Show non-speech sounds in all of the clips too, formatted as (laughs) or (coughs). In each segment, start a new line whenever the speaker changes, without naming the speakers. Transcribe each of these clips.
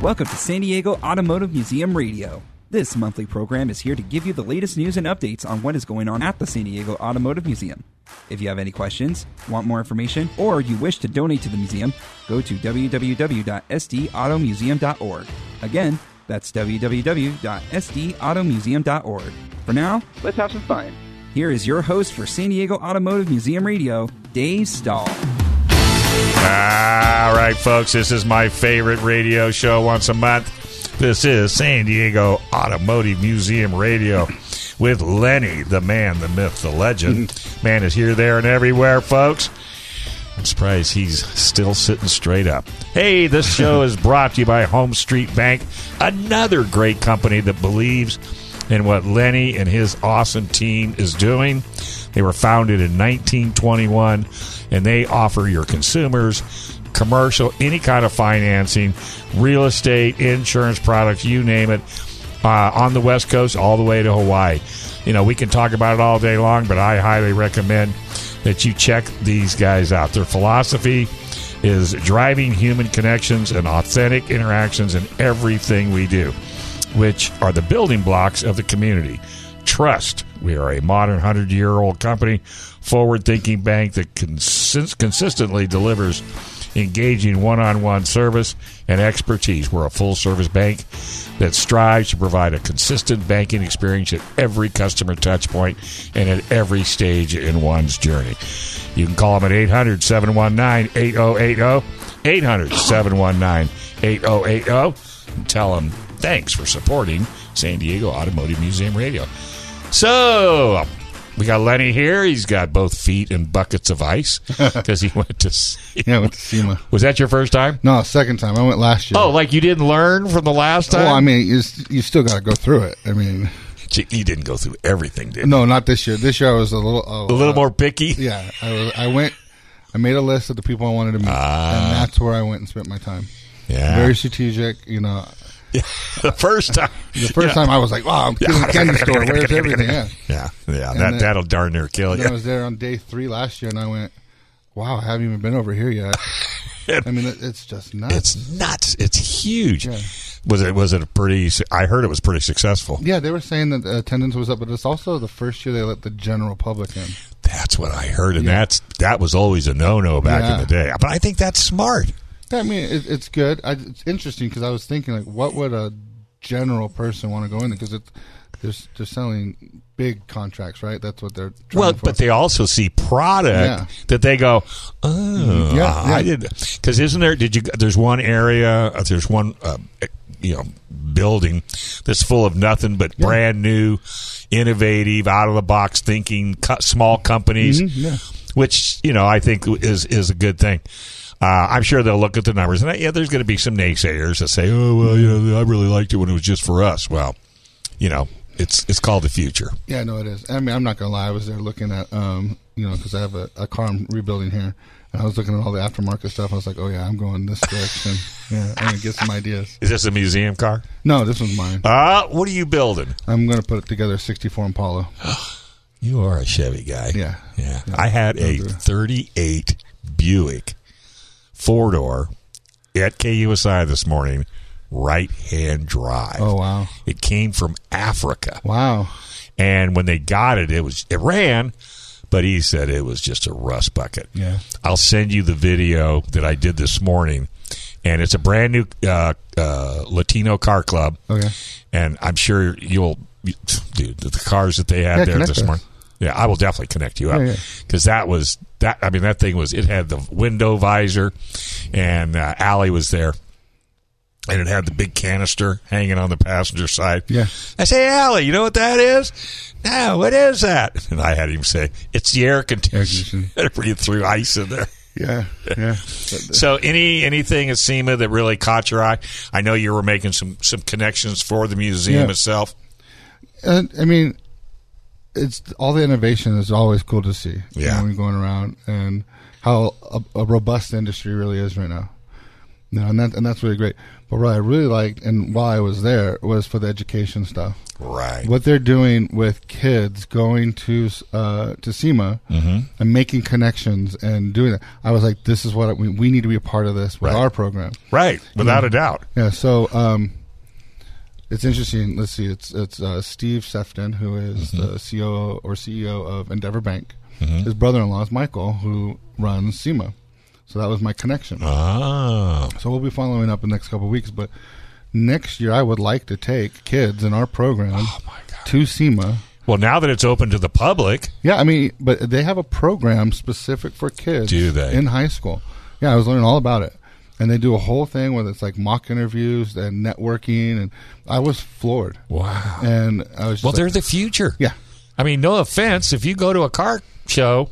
Welcome to San Diego Automotive Museum Radio. This monthly program is here to give you the latest news and updates on what is going on at the San Diego Automotive Museum. If you have any questions, want more information, or you wish to donate to the museum, go to www.sdautomuseum.org. Again, that's www.sdautomuseum.org. For now, let's have some fun. Here is your host for San Diego Automotive Museum Radio, Dave Stahl.
All right, folks, this is my favorite radio show once a month. This is San Diego Automotive Museum Radio with Lenny, the man, the myth, the legend. man is here, there, and everywhere, folks. I'm surprised he's still sitting straight up. Hey, this show is brought to you by Home Street Bank, another great company that believes in what Lenny and his awesome team is doing. They were founded in 1921 and they offer your consumers commercial, any kind of financing, real estate, insurance products, you name it, uh, on the West Coast all the way to Hawaii. You know, we can talk about it all day long, but I highly recommend that you check these guys out. Their philosophy is driving human connections and authentic interactions in everything we do, which are the building blocks of the community. Trust. We are a modern 100 year old company, forward thinking bank that cons- consistently delivers engaging one on one service and expertise. We're a full service bank that strives to provide a consistent banking experience at every customer touch point and at every stage in one's journey. You can call them at 800 719 8080. 800 719 8080. And tell them thanks for supporting San Diego Automotive Museum Radio. So. We got Lenny here. He's got both feet in buckets of ice because he went to see
Yeah, I went to SEMA.
Was that your first time?
No, second time. I went last year.
Oh, like you didn't learn from the last time?
Well, I mean, you, s- you still got to go through it. I mean,
Gee, you didn't go through everything, did you?
no, not this year. This year I was a little oh, uh,
A little more picky?
Yeah, I was. I went. I made a list of the people I wanted to meet, and that's where I went and spent my time.
Ah. Yeah.
Very strategic, you know.
(laughs) the first time.
The first time I was like, "Wow, I'm feeling
(laughs)
the candy store. Where's everything?" Yeah.
Yeah, yeah,
And
that,
then-
that'll darn near kill
Then I
you.
was there on day three last year, and I went, "Wow, I haven't even been over
(laughs)
here yet." I mean, it, it's just nuts.
It's nuts. It's huge.
Yeah.
Was it? Was it a pretty? su- I heard it was pretty successful.
yeah, they were saying that the attendance was up, but it's also the first year they let the general public in.
That's what I heard, and that's that was always a no-no back in
Yeah.
the day. But I think that's smart.
Yeah, I mean, it, it's good. I, it's interesting because I was thinking, like, what would a general person want to go in there? Because they're, s- they're selling big contracts, right? That's what they're trying
Well,
for.
but they also see product
Yeah. Mm-hmm.
that they go, oh,
Yeah,
I
yeah.
did because isn't there? Did you? There's one area. uh, There's one, uh, you know, building that's full of nothing but brand new, innovative, out of the box thinking, co- small companies,
Mm-hmm, yeah.
which you know I think is is a good thing. Uh, I'm sure they'll look at the numbers, and uh, yeah, there's going to be some naysayers that say, "Oh, well, you know, I really liked it when it was just for us." Well, you know, it's it's called the future.
yeah, no, it is. I mean, I'm not gonna lie. I was there looking at, um, you know, because I have a, a car I'm rebuilding here, and I was looking at all the aftermarket stuff. I was like, oh yeah, I'm going this direction. (laughs) yeah, I'm gonna get some ideas.
Is this a museum car?
No, this one's mine.
Uh, what are you building?
I'm gonna put it together. a 64 Impala.
You are a Chevy guy.
Yeah.
Yeah. I had a 38 Buick four door at KUSI this morning, right hand drive.
Oh wow,
It came from Africa.
wow.
And when they got it, it was it ran, but he said it was just a rust bucket.
Yeah.
I'll send you the video that I did this morning, and it's a brand new uh, uh, Latino car club.
Okay.
and I'm sure you'll, dude, the cars that they had
Yeah,
there
connect
this
us.
morning. Yeah, I will definitely connect you up
Yeah, yeah.
because that was that. I mean, that thing was it had the window visor, and uh, Allie was there and it had the big canister hanging on the passenger side.
Yeah.
I say, Allie, you know what that is? No, what is that? And I had him say, it's the air
Air
(laughs) conditioner.
conditioning.
I breathed through ice in there.
Yeah, yeah.
So, any anything at SEMA that really caught your eye? I know you were making some some connections for the museum
Yeah.
itself.
And, I mean, it's all the innovation is always cool to see. you
Yeah.
know, when you're going around and how a, a robust the industry really is right now. No, and that and that's really great. But what I really liked, and while I was there, was for the education stuff.
Right.
What they're doing with kids going to uh, to SEMA
Mm-hmm.
and making connections and doing that, I was like, this is what we, we need to be a part of this with
Right.
our program.
Right. Without
Hmm.
a doubt.
Yeah, so um, it's interesting. Let's see. It's it's uh, Steve Sefton, who is the COO or CEO of Endeavor Bank. His brother-in-law is Michael, who runs SEMA. So that was my connection.
Uh-huh. Oh.
So we'll be following up in the next couple of weeks. But next year, I would like to take kids in our program to SEMA.
Well, now that it's open to the public,
Yeah, I mean, but they have a program specific for kids.
Do they?
in high school? Yeah, I was learning all about it, and they do a whole thing where it's like mock interviews and networking, and I was floored.
wow.
And I was just
Well, they're
like,
the future.
yeah,
I mean, no offense. If you go to a car show,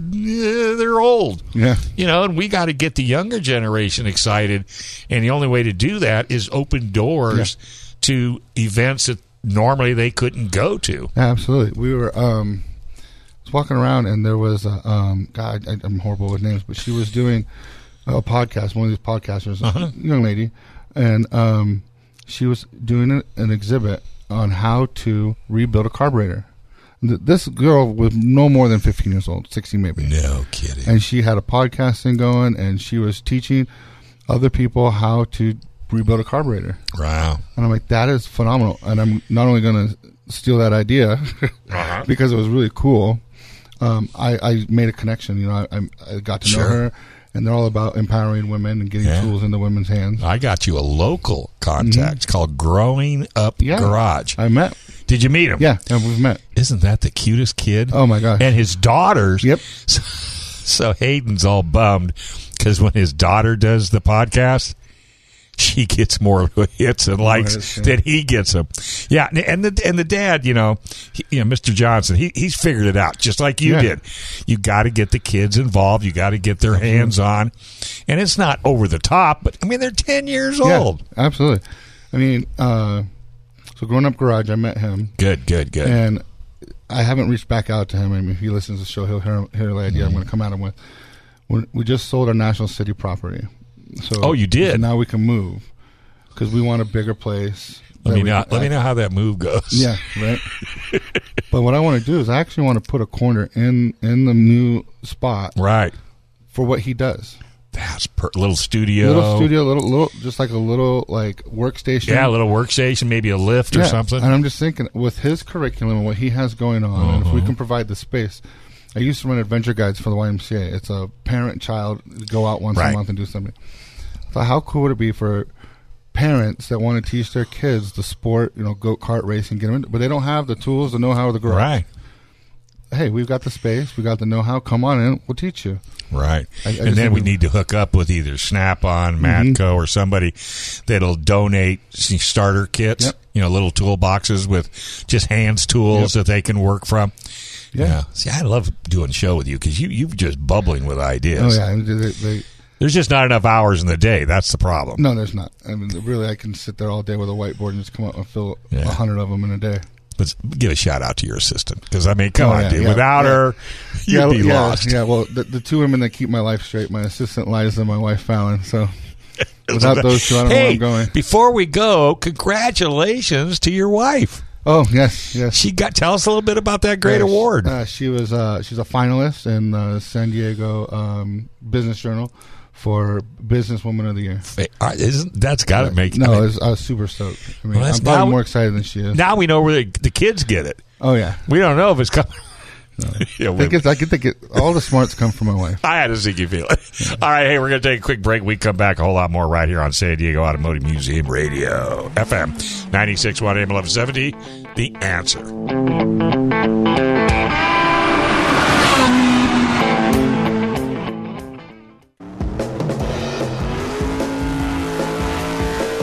eh, they're old.
yeah,
You know, and we got to get the younger generation excited. And the only way to do that is open doors to events that normally they couldn't go to.
absolutely. We were um, I was walking around, and there was a um, God, I, I'm horrible with names, but she was doing a podcast. One of these podcasters, a young lady, and um, she was doing an, an exhibit on how to rebuild a carburetor. Th- This girl was no more than 15 years old, 16 maybe.
No kidding.
and she had a podcasting going and she was teaching other people how to rebuild a carburetor
Wow.
and i'm like that is phenomenal and i'm not only going to steal that idea (laughs)
Uh-huh.
because it was really cool um, I, I made a connection you know i, I, I got to
Sure.
know her and they're all about empowering women and getting
Yeah. Uh,
tools into women's hands
I got you a local contact It's called Growing Up
Mm-hmm. Yeah.
Garage.
i met
Did you meet him?
yeah and we've met
Isn't that the cutest kid?
oh my gosh
And his daughters.
yep
So, so Hayden's all bummed because when his daughter does the podcast, she gets more (laughs) hits and likes
hits, yeah.
than he gets them. Yeah, and- and the and the dad, you know, he, you know, Mr. Johnson, he he's figured it out just like you
Yeah.
did. You got to get the kids involved. You got to get
Mm-hmm.
their hands on, and it's not over the top, but I mean they're ten years old.
yeah absolutely i mean uh, so growing up garage i met him
Good, good, good.
and I haven't reached back out to him. I mean, if he listens to the show, he'll hear, hear the idea
Mm-hmm.
I'm going to come at him with. When we just sold our national city property, so
Oh, you did?
so now we can move because we want a bigger place.
let
that
me
we
know.
can-
Let me know how that move goes.
Yeah, right.
(laughs)
but what I want to do is I actually want to put a corner in in the new spot
right.
for what he does.
That's per- little studio.
Little studio, little little, just like a little like workstation.
Yeah, a little workstation, maybe a lift or
Yeah,
something.
And I'm just thinking, with his curriculum and what he has going on, and
Uh-huh.
if we can provide the space, I used to run adventure guides for the YMCA. It's a parent child go out once
Right.
a month and do something. So how cool would it be for parents that want to teach their kids the sport, you know, go kart racing, get them, into, but they don't have the tools, the know how, or the garage.
Right.
Hey, we've got the space, we got the know how. Come on in, we'll teach you.
Right.
I- I just
and then
think
we
we-
need to hook up with either Snap on,
Mm-hmm.
Matco, or somebody that'll donate s- starter kits,
Yep.
you know, little toolboxes with just hands tools that they can work from.
Yeah.
See, I love doing a show with you because you, you're just bubbling with ideas.
Oh yeah, and they, they,
There's just not enough hours in the day. That's the problem.
no, there's not. I mean, really, I can sit there all day with a whiteboard and just come up and fill a
Yeah.
hundred of them in a day.
But give a shout out to your assistant because, I mean, come
Oh,
on,
yeah,
dude.
yeah,
Without
yeah.
her, you'd
yeah,
be
yeah,
lost.
Yeah, well, the, the two women that keep my life straight, my assistant Liza and my wife Fallon. So without those two, I don't know
hey,
where I'm going.
before we go, congratulations to your wife.
Oh yes, yes.
She got. Tell us a little bit about that great
Yes.
award.
Uh, she was uh, she's a finalist in uh, San Diego um, Business Journal for Businesswoman of the Year.
Hey, all right, Isn't that's got to make
No,
I mean,
I was, I was super stoked. I mean,
Well, that's
I'm probably
now-
more excited than she is.
now we know where the, the kids get it.
oh yeah,
We don't know if it's coming. (laughs) yeah,
I
we,
get I get to get all the smarts come from my
(laughs)
wife.
I had a sneaky feeling. All right, hey, we're going to take a quick break. We come back a whole lot more right here on San Diego Automotive Museum Radio FM 96.1 AM 1170. The answer.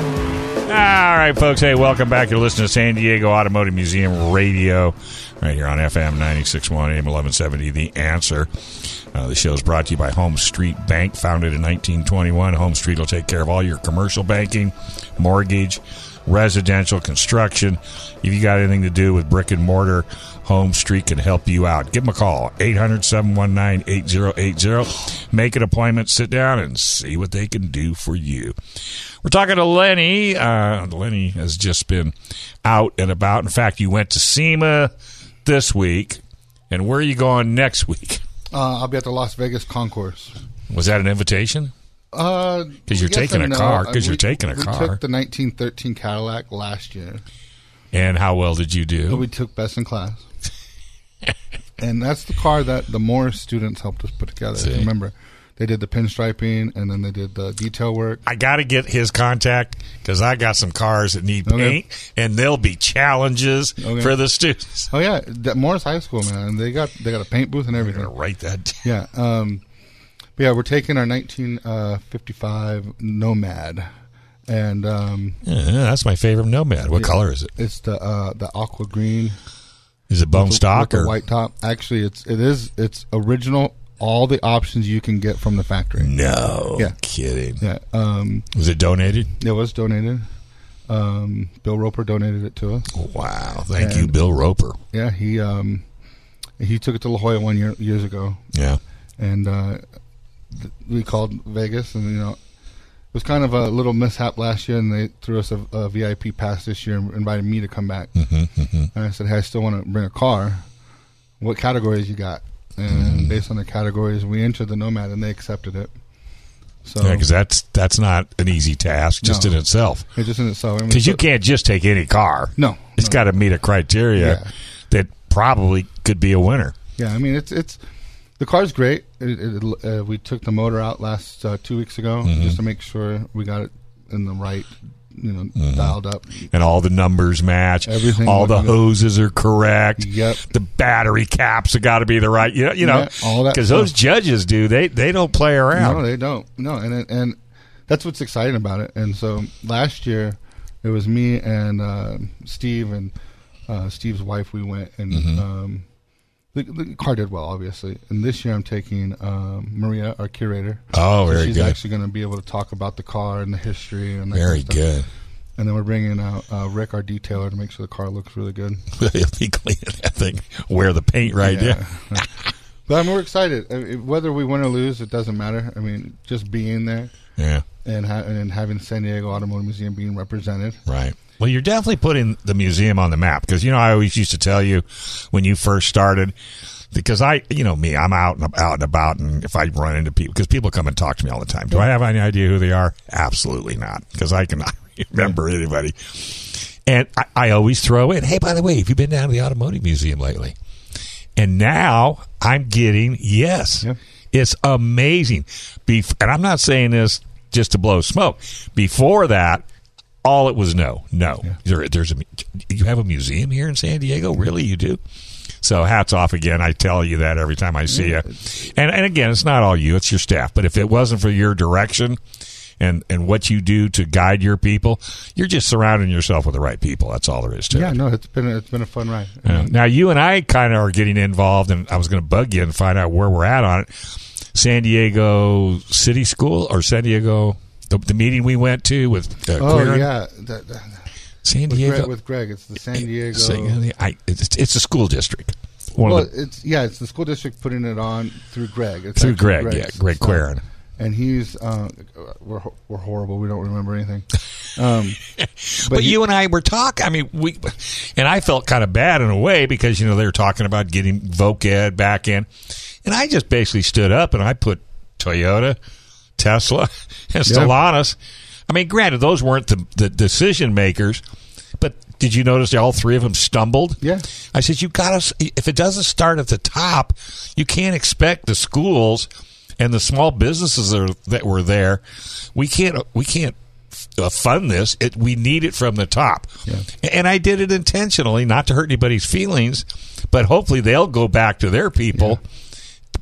right, folks. Hey, welcome back. You're listening to San Diego Automotive Museum Radio right here on FM 96.1 AM 1170. The Answer. Uh, the show is brought to you by Home Street Bank, founded in 1921. Home Street will take care of all your commercial banking, mortgage, residential, construction. If you got anything to do with brick and mortar, Home Street can help you out. Give them a call, 800 719 8080. Make an appointment, sit down, and see what they can do for you. We're talking to Lenny. Uh, Lenny has just been out and about. In fact, you went to SEMA this week. And where are you going next week?
Uh, I'll be at the Las Vegas concourse.
Was that an invitation?
Because
you're taking a car, 'cause you're taking a
Uh, We
car.
took the 1913 Cadillac last year.
And how well did you
So
do?
we took best in class. (laughs) and that's the car that the Morris students helped us put together. if you
See.
Remember, they did the pinstriping and then they did the detail work.
I got to get his contact because I got some cars that need
Okay.
paint, and there'll be challenges
Okay.
for the students.
Oh yeah, that Morris High School man, they got they got a paint booth and
I'm
everything.
gonna write that. down.
Yeah. Um, but yeah, we're taking our 1955 Nomad, and um,
Yeah, that's my favorite Nomad. What color is it?
it's the uh, the aqua green
Is it bone
with the-
stock
with
or
the white top. Actually, it's it is it's original. All the options you can get from the factory.
Mm. no?
Yeah.
kidding.
Yeah. Um,
Was it donated?
it was donated. Um, Bill Roper donated it to us.
Wow, thank you, Bill Roper.
Yeah, he um, he took it to La Jolla one year years ago,
Yeah,
and uh, th- we called Vegas, and you know, it was kind of a little mishap last year, and they threw us a, a VIP pass this year and invited me to come back.
Mm-hmm,
And I said, hey, I still want to bring a car. What categories you got? And
Mm-hmm.
based on the categories, we entered the Nomad, and they accepted it. So
yeah, because that's that's not an easy task just
No.
in itself.
it just in itself. I mean,
Because you
so-
can't just take any car.
No,
it's
no.
got to meet a criteria
Yeah.
that probably could be a winner.
Yeah, I mean it's it's the car's great. It, it, uh, we took the motor out last uh, two weeks ago
Mm-hmm.
just to make sure we got it in the right, you know,
Mm-hmm.
dialed up.
and all the numbers match.
Everything
all the
looking good.
hoses are correct.
Yep.
The battery caps have got to be the right. You know, you know,
Yeah, all that
because those
stuff.
judges do. They they don't play
No,
around.
they don't. No, and it- and that's what's exciting about it. And so last year it was me and uh, Steve and uh, Steve's wife. We went and.
Mm-hmm.
Um, the, the car did well, obviously, and this year I'm taking um, Maria, our curator.
Oh,
So
very
she's
good.
actually going to be able to talk about the car and the history and that
Very
kind of stuff.
good. (laughs)
And then we're bringing out uh, Rick, our detailer, to make sure the car looks really good.
They'll be cleaning that thing. Wear the paint right there.
(laughs) But I mean, we're excited. I mean, whether we win or lose, it doesn't matter. I mean, just being there
Yeah.
and ha- and having San Diego Automotive Museum being represented.
Right. Well, you're definitely putting the museum on the map because you know I always used to tell you when you first started because I, you know me, I'm out and out and about, and if I run into people, because people come and talk to me all the time. Do I have any idea who they are? Absolutely not, because I cannot (laughs) remember anybody. And I, I always throw in, hey, by the way, have you been down to the automotive museum lately? And now I'm getting yes.
Yeah.
It's amazing. Bef- and I'm not saying this just to blow smoke. Before that, all it was no, no. There, there's a mu- you have a museum here in San Diego, really? You do. So hats off again. I tell you that every time I see you. And and again, it's not all you; it's your staff. But if it wasn't for your direction. And, and what you do to guide your people, you're just surrounding yourself with the right people. That's all there is to it.
Yeah, no, it's been a, it's been a fun ride.
Yeah. Now you and I kind of are getting involved, and I was going to bug you and find out where we're at on it. San Diego City School or San Diego, the, the meeting we went to with uh,
Oh
Queeran?
yeah, that, that,
San
with, Greg,
Diego,
with Greg, it's the San Diego.
San- I, it's, it's a school district. One
Well,
of the,
it's yeah, it's the school district putting it on through Greg. It's
through
actually
Greg,
Greg's
yeah, Greg
stuff.
Queeran.
And he's uh, we're ho- we're horrible. We don't remember anything. Um,
But,
he-
you and I were talking. I mean, we and I felt kind of bad in a way because you know they were talking about getting voc ed back in, and I just basically stood up and I put Toyota, Tesla, (laughs) and
Yeah.
Stellantis. I mean, granted, those weren't the, the decision makers, but did you notice all three of them stumbled?
Yeah.
I said, you got to, if it doesn't start at the top, you can't expect the schools and the small businesses that, are, that were there. We can't, we can't uh, fund this. It, we need it from the top. And I did it intentionally, not to hurt anybody's feelings, but hopefully they'll go back to their people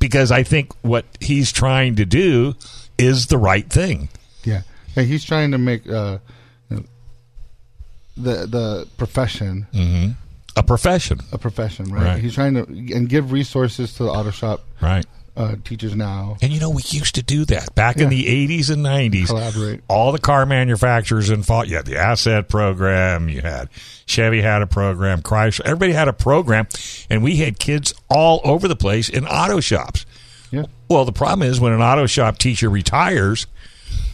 because I think what he's trying to do is the right thing.
Yeah, yeah he's trying to make uh, you know, the the profession,
a profession,
a profession, right?
Mm. Right.
He's trying to and give resources to the auto shop
right?
uh, teachers now.
And you know, we used to do that back in
Yeah.
the 80s and 90s.
Collaborate.
All the car manufacturers involved. You had the Asset program. You had Chevy had a program. Chrysler. Everybody had a program, and we had kids all over the place in auto shops.
Yeah.
Well, the problem is when an auto shop teacher retires,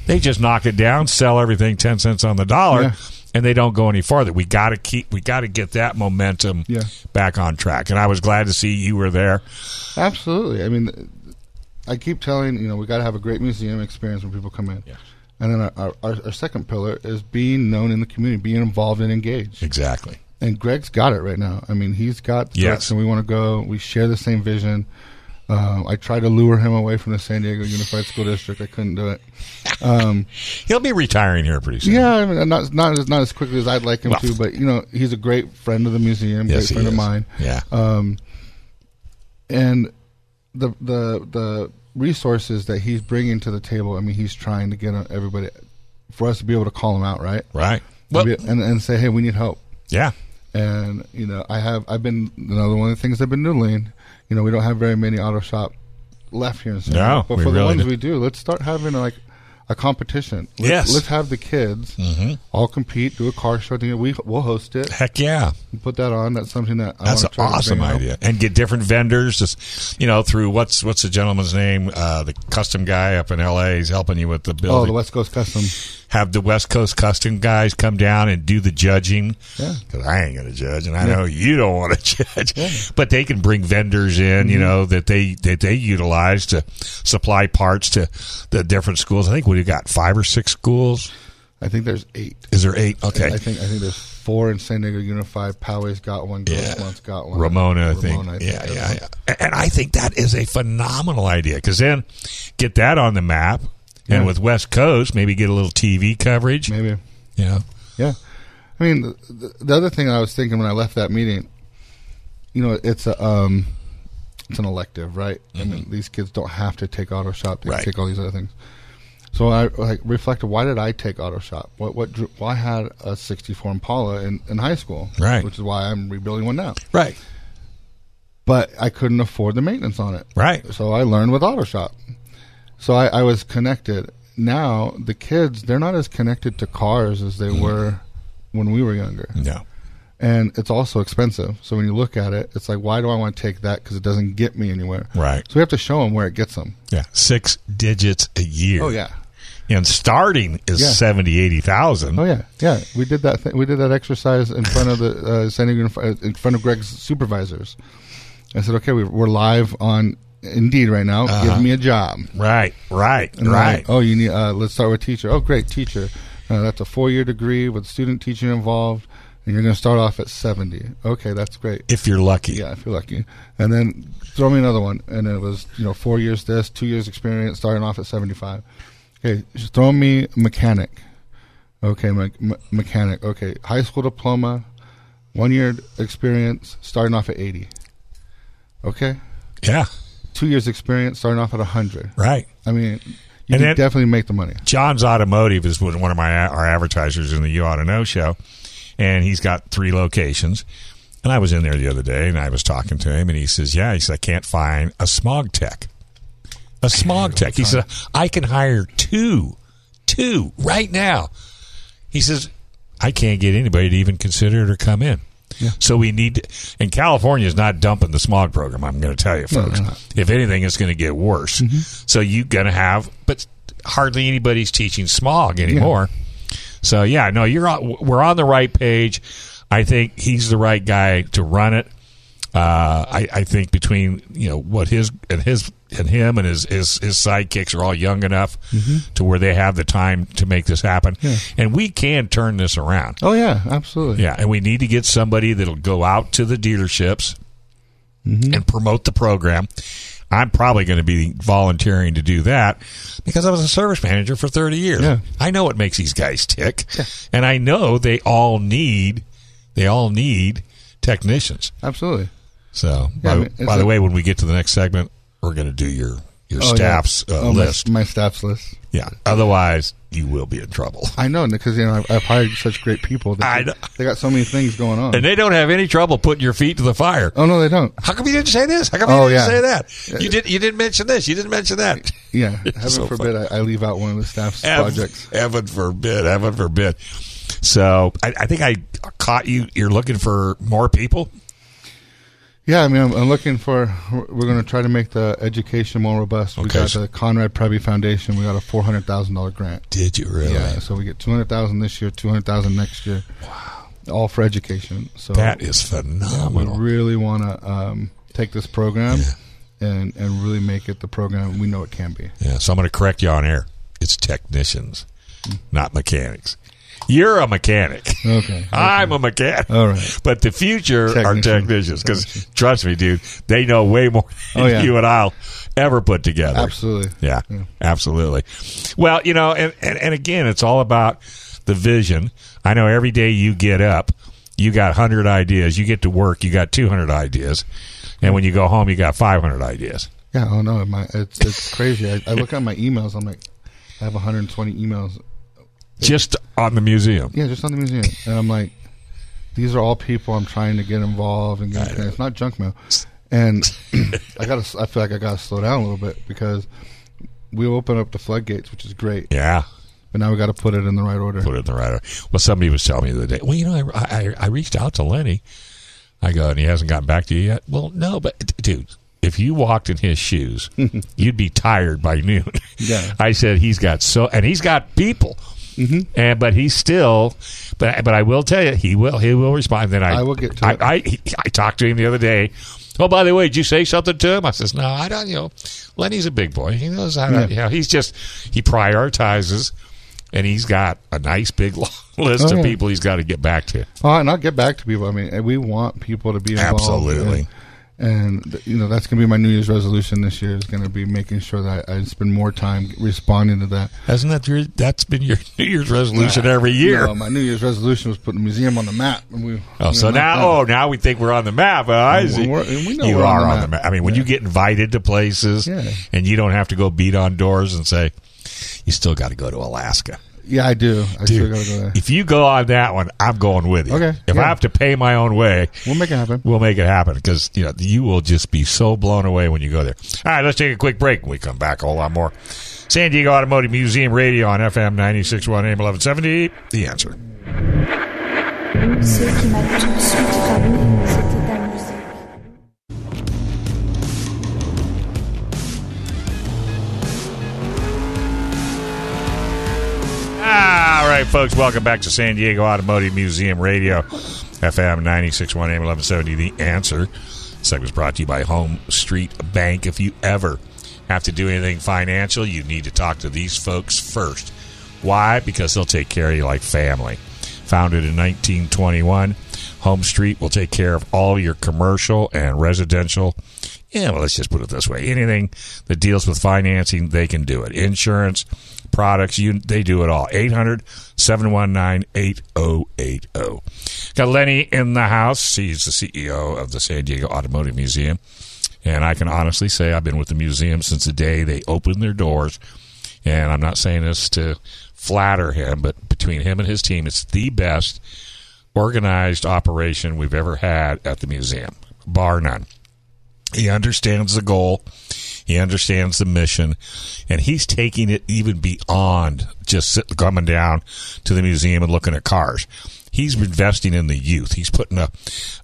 they just knock it down, sell everything ten cents on the dollar,
Yeah.
and they don't go any farther. We got to keep. We got to get that momentum
Yeah.
back on track. And I was glad to see you were there.
Absolutely. I mean, I keep telling you know we got to have a great museum experience when people come in.
Yes.
And then our, our, our- our second pillar is being known in the community, being involved and engaged.
Exactly.
And Greg's got it right now. I mean, he's got the
Yes.
direction we want to go. We share the same vision. Uh, I tried to lure him away from the San Diego Unified School District. I couldn't do it.
He'll be retiring here pretty soon.
Yeah, I mean, not not as, not as quickly as I'd like him
Well.
to, but you know, he's a great friend of the museum,
Yes,
great
he
friend of
is.
mine.
Yeah.
um, and the the the resources that he's bringing to the table. I mean, he's trying to get everybody for us to be able to call him out, right?
right.
And
Well,
be- and and say, hey, we need help.
yeah.
And you know, I have I've been another one of the things I've been noodling. You know, we don't have very many auto shop left here in San
No,
Diego, but
we
for the
really
ones
don't.
we do, let's start having like a competition. Let's,
Yes. Mm-hmm.
let's have the kids all compete, do a car show. thing. We we'll host it,
Heck yeah.
put that on. That's something that I
That's an
wanna try to
awesome
bring out.
idea. And get different vendors, just, you know, through what's what's the gentleman's name? Uh, the custom guy up in L.A. He's helping you with the
Oh,
building.
the West Coast Custom.
Have the West Coast custom guys come down and do the judging.
Yeah.
Because I ain't going to judge, and I know you don't want to (laughs) judge. But they can bring vendors in,
Mm-hmm.
you know, that they that they utilize to supply parts to the different schools. I think we've got five or six schools.
I think there's eight.
Is there eight? Okay.
I think I think there's four in San Diego Unified. Poway's got one.
Yeah.
Yeah. got one.
Ramona, I think.
Ramona, uh-huh.
yeah,
does
yeah,
one.
yeah. A- And I think that is a phenomenal idea because then get that on the map, and
Yeah.
with West Coast, maybe get a little TV coverage.
Maybe.
Yeah,
Yeah. I mean, the, the, the other thing I was thinking when I left that meeting, you know, it's a um, it's an elective, right? I mean, these kids don't have to take auto shop. They
Mm-hmm. Right.
can take all these other things. So I like reflected. Why did I take auto shop? What what? drew- Why had a '64 Impala in, in high school?
Right.
Which is why I'm rebuilding one now.
right,
But I couldn't afford the maintenance on it.
right.
So I learned with Auto Shop. So I, I was connected. Now the kids, they're not as connected to cars as they
Mm-hmm.
were when we were younger,
No,
and it's also expensive. So when you look at it, it's like, why do I want to take that? Because it doesn't get me anywhere.
Right.
So we have to show them where it gets them.
yeah, six digits a year.
Oh yeah.
and starting is
Yeah.
seventy, eighty thousand.
Oh yeah. Yeah. We did that. Th- we did that exercise in front of the uh, San Diego, Unifi- uh, in front of Greg's supervisors. I said, okay, we- we're live on Indeed right now. Give me a job.
Right, right,
And they're
Uh-huh. right.
like, oh, you need. Uh, let's start with teacher. Oh, great, teacher. Uh, that's a four-year degree with student teaching involved, and you're going to start off at seventy. Okay, that's great.
If you're lucky,
Yeah, if you're lucky. And then throw me another one, and it was you know four years this, two years experience, starting off at seventy-five. Okay, just throw me mechanic. Okay, me- me- mechanic. Okay, high school diploma, one-year experience, starting off at eighty. Okay,
yeah,
two years experience, starting off at hundred.
right.
I mean, you
And
can
that-
definitely make the money.
John's Automotive is one of my our advertisers in the You Ought to Know show, and he's got three locations. And I was in there the other day, and I was talking to him, and he says, "Yeah," he said, "I can't find a smog tech, a smog tech." He said, "I can hire two, two right now." He says, "I can't get anybody to even consider it or come in." So we need, to, and California is not dumping the smog program. I'm going to tell you,
No, Mm-hmm.
folks.
they're not.
If anything, it's going to get worse. So you're going to have, but hardly anybody's teaching smog anymore. So yeah, no, you're on, we're on the right page. I think he's the right guy to run it. Uh, I, I think between you know what his and his and him and his his, his sidekicks are all young enough to where they have the time to make this happen, and we can turn this around.
Oh yeah, absolutely.
Yeah, and we need to get somebody that'll go out to the dealerships and promote the program. I'm probably going to be volunteering to do that because I was a service manager for 30 years.
Yeah.
I know what makes these guys tick, and I know they all need they all need technicians.
Absolutely.
So,
Yeah, I
by,
mean, it's
by the
a-
way, when we get to the next segment, we're going to do your your
Oh, yeah.
staff's uh,
Oh, my-
list.
My, staff's list.
Yeah. Otherwise, you will be in trouble.
I know because you know I've, I've hired such great people. They,
I know.
they got so many things going on.
And they don't have any trouble putting your feet to the fire.
oh no, they don't.
How come you didn't say this? How come you
Oh,
didn't
yeah.
say that? You did. You didn't mention this. You didn't mention
(laughs)
that. (laughs)
Yeah, heaven
so
forbid I, I leave out one of the staff's
Heaven-
projects.
Heaven forbid. Heaven forbid. So I, I think I caught you. You're looking for more people.
Yeah, I mean, I'm, I'm looking for. We're going to try to make the education more robust. We
Okay,
got
so-
the Conrad Preby Foundation. We got a four hundred thousand dollar grant.
Did you really?
Yeah, so we get two hundred thousand this year, two hundred thousand next year. Wow, all for education. So
That is
we
phenomenal.
really want to um, take this program and and really make it the program we know it can be.
Yeah, so I'm going to correct you on air. It's technicians, not mechanics. You're a mechanic.
(laughs) Okay.
I'm a mechanic.
All right.
But the future are
Technician.
technicians because trust me, dude, they know way more than
Oh, yeah.
you and I'll ever put together.
Absolutely.
Yeah, absolutely. Well, you know, and, and, and again, it's all about the vision. I know every day you get up, you got 100 ideas. You get to work, you got 200 ideas. And when you go home, you got 500 ideas.
Yeah. Oh no, my it's it's crazy. I, I look at my emails. I'm like, I have 120 emails.
Just on the museum.
Yeah, just on the museum, and I'm like, these are all people I'm trying to get involved and get. It's not junk mail, and (clears throat) I got. to I feel like I got to slow down a little bit because we open up the floodgates, which is great.
Yeah.
But now we got to put it in the right order.
put it in the right order. Well, somebody was telling me the other day, well, you know, I, I, I reached out to Lenny. I go, and he hasn't gotten back to you yet? Well, no, but d- dude, if you walked in his
(laughs)
shoes, you'd be tired by noon.
Yeah.
(laughs) I said, he's got so, and he's got people. Mm-hmm. And but he's still, but but I will tell you he will he will respond. Then I
I will get to
I
it.
I, he- I talked to him the other day. Oh, by the way, did you say something to him? I says, no, I don't. You know, Lenny's a big boy. He knows how.
Yeah.
To, you know, he's just he prioritizes, and he's got a nice big long (laughs) list
Oh,
of
yeah.
people he's got to get back to.
Oh, and I'll get back to people. I mean, and we want people to be involved.
Absolutely.
And, and, you know that's going to be my New Year's resolution this year is going to be making sure that I, I spend more time responding to that.
Hasn't that your that's been your (laughs) New Year's resolution every year?
No, my New Year's resolution was putting the museum on the map. And we,
Oh, so now, oh, now we think we're on the map. Well, I see.
we're- and we know
you
we're
are
on the
on the map.
map.
I mean, when you get invited to places,
Yeah.
and you don't have to go beat on doors and say, "You still got to go to Alaska."
yeah, I do. I still got to go there.
If you go on that one, I'm going with you.
Okay,
If I
yeah.
have to pay my own way,
We'll make it happen.
we'll make it happen because you know you will just be so blown away when you go there. All right, let's take a quick break. When we come back, a whole lot more. San Diego Automotive Museum Radio on FM 96.1 AM 1170. The answer.
Ce qui m'a tout de suite frappé, c'était ta musique.
All right, folks, welcome back to San Diego Automotive Museum Radio, FM 961 AM 1170. The answer. This segment's brought to you by Home Street Bank. If you ever have to do anything financial, you need to talk to these folks first. Why? Because they'll take care of you like family. Founded in 1921, Home Street will take care of all your commercial and residential. Yeah, well, let's just put it this way: anything that deals with financing, they can do it. Insurance, products, you they do it all. 800-719-8080. Got Lenny in the house. He's the CEO of the San Diego Automotive Museum, and I can honestly say I've been with the museum since the day they opened their doors and I'm not saying this to flatter him, but between him and his team, it's the best organized operation we've ever had at the museum, bar none. He understands the goal, he understands the mission, and he's taking it even beyond just sit, coming down to the museum and looking at cars. He's investing in the youth. He's putting a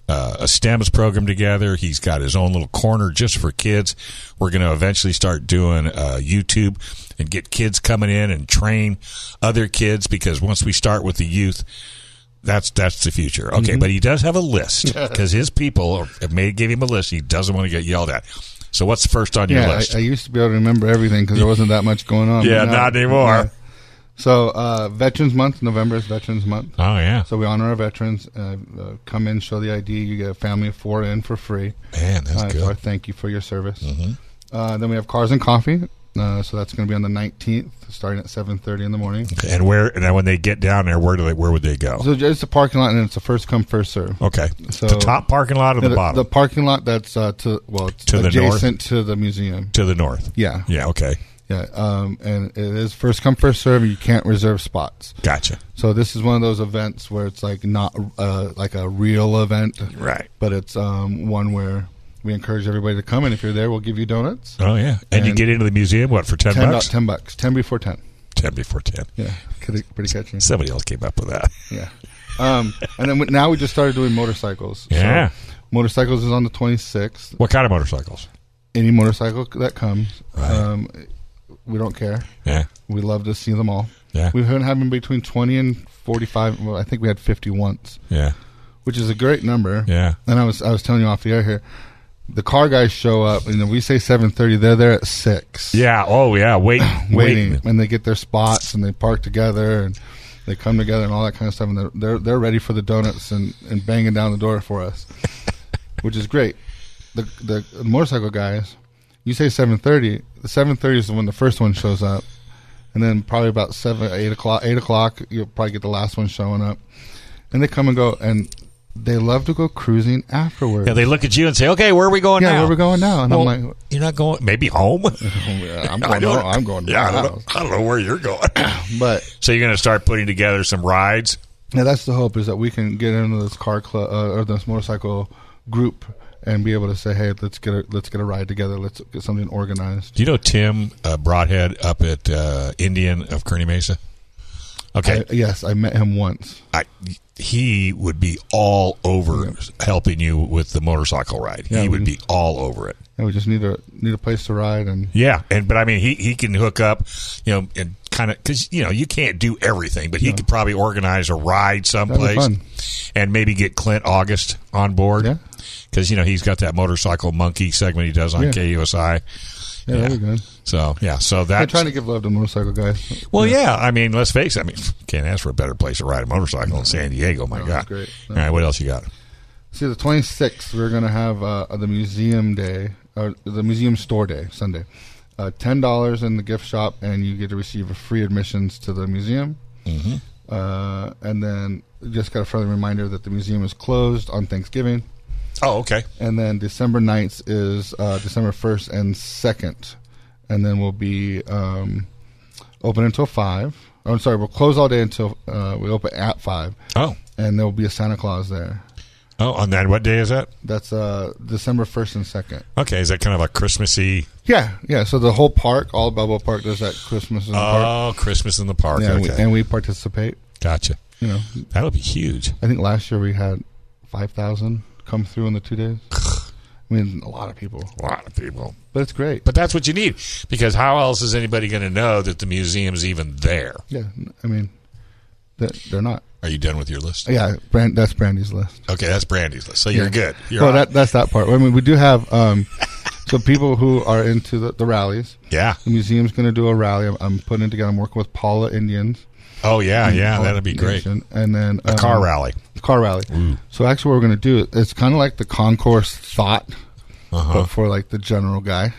uh, a STEMS program together. He's got his own little corner just for kids. We're going to eventually start doing uh, YouTube and get kids coming in and train other kids because once we start with the youth, that's that's the future. Okay,
Mm-hmm.
but he does have a
(laughs)
list because his people are- have made gave him a list. He doesn't want to get yelled at. So what's first on your
Yeah,
list?
I, I used to be able to remember everything because there wasn't that much going on.
yeah,
But now-
not anymore.
So, uh, Veterans Month, November is Veterans Month.
Oh yeah,
So we honor our veterans. Uh, uh, come in, show the ID. You get a family of four in for free.
man, that's
uh, so I
good. Mm-hmm.
thank you for your service. Uh, then we have Cars and Coffee. Uh, so that's going to be on the 19th, starting at 7:30 in the morning.
And where? And then when they get down there, where do they? Where would they go?
So it's a parking lot, and it's a first come first serve.
Okay,
So-
the top parking lot or the, bottom
parking lot that's uh, to well it's
To the
adjacent to the museum.
to the north.
Yeah,
Yeah. Okay.
yeah. Um, and it is first come first serve. You can't reserve spots.
Gotcha.
So this is one of those events where it's like not uh, like a real event,
Right.
But it's um, one where we encourage everybody to come, and if you're there, we'll give you donuts.
Oh yeah. And, you
And-
get into the museum what for ten,
Ten bucks.
bucks?
Ten bucks. Ten before ten.
Ten before ten.
Yeah, pretty, pretty catchy.
Somebody else came up with that. (laughs)
Yeah. Um, and then we, now we just started doing motorcycles. So
Yeah.
motorcycles is on the 26th.
What kind of motorcycles?
Any motorcycle that comes,
Right.
um, we don't care.
Yeah.
We love to see them all.
Yeah.
We've been having between 20 and 45. Well, I think we had 50 once,
Yeah.
which is a great number.
Yeah.
And I was I was telling you off the air here, the car guys show up and then we say 7:30. They're there at six.
Yeah. Oh yeah.
(coughs)
Wait.
waiting, and they get their spots and they park together and they come together and all that kind of stuff and they're they're, they're ready for the donuts and, and banging down the door for
(laughs)
us, which is great. The the motorcycle guys, you say seven thirty. The seven thirty is when the first one shows up, and then probably about seven eight o'clock eight o'clock you'll probably get the last one showing up, and they come and go and they love to go cruising afterwards.
Yeah. They look at you and say, "Okay, where are we going
Yeah,
now?
where we going now? And I'm like-
"You're not going. Maybe home.
(laughs)
(laughs)
I'm
I
going.
don't-
home. I'm going. to
Yeah.
my
I don't,
house.
I don't know where you're going. (clears throat)
But
so you're going to start putting together some rides.
Now that's the hope is that we can get into this car club uh, or this motorcycle group and be able to say, hey, let's get a, let's get a ride together. Let's get something organized.
Do you know Tim uh, Broadhead up at uh, Indian of Kearney Mesa? Okay,
I, yes, I met him once.
I, he would be all over helping you with the motorcycle ride.
Yeah,
he would
we-
be all over it.
And we just need a need a place to ride and
Yeah, and but I mean, he he can hook up, you know, and kind of because you know you can't do everything, but he could probably organize a ride someplace,
fun.
and maybe get Clint August on board.
Yeah.
because you know he's got that motorcycle monkey segment he does on
Yeah.
KUSI.
yeah, that'd be good.
So yeah, so
I'm
that's
trying to give love to motorcycle guys.
Well, yeah. I mean, let's face it. I mean, (laughs) can't ask for a better place to ride a motorcycle in San Diego. My God.
that's great.
All right, what else you got?
See, the 26th, we're going to have uh, the museum day, or the museum store day, Sunday. Uh, $10 in the gift shop, and you get to receive a free admissions to the museum. Mm-hmm. Uh, and then just got a friendly reminder that the museum is closed on Thanksgiving.
Oh, okay.
And then December 9th is uh, December 1st and 2nd. And then we'll be um, open until 5. Oh, I'm sorry, we'll close all day until uh, we open at 5.
Oh,
And there will be a Santa Claus there.
oh, on that. What day is that?
That's uh, December 1st and 2nd.
Okay, is that kind of a Christmassy?
Yeah, yeah. So the whole park, all of Balboa Park, does that Christmas in the park.
Oh, Christmas in the park.
Yeah, and we,
okay.
and we participate.
gotcha.
You know,
That'll be huge.
I think last year we had 5,000 come through in the
(sighs)
two days. I mean, a lot of people.
A lot of people.
But it's great.
But that's what you need because how else is anybody going to know that the museum's even there?
yeah, I mean, they're, they're not.
Are you done with your list?
Yeah, Brand, that's Brandy's list.
Okay, that's Brandy's list. So you're
Yeah.
good. You're
Well,
all
that, that's that part. I mean, we do have
(laughs)
um, some people who are into the, the rallies.
right. yeah.
The museum's going to do a rally. I'm, I'm putting it together. I'm working with Paula Indians.
Oh, yeah, yeah. That'd be great.
Nation. And then um,
A car rally.
car rally. So actually, what we're going to do it's kind of like the concourse thought,
Uh-huh.
but for like the general guy.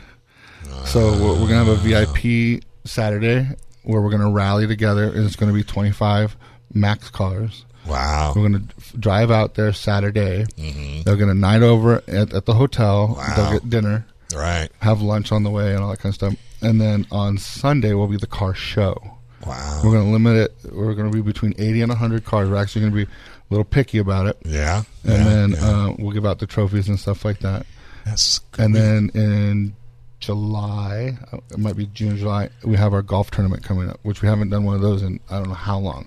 So we're, we're going to have a VIP Saturday where we're going to rally together, and it's going to be twenty five max cars.
Wow.
We're going to drive out there Saturday. They're going to night over at, at the hotel.
Mm-hmm. Wow.
They'll get dinner,
Right.
have lunch on the way, and all that kind of stuff. And then on Sunday will be the car show.
Wow.
We're going to limit it. We're going to be between 80 and 100 cars. We're actually going to be a little picky about it.
Yeah.
And
yeah,
then
yeah.
Uh, we'll give out the trophies and stuff like that.
That's
And then in July, uh, it might be June, July, we have our golf tournament coming up, which we haven't done one of those in I don't know how long.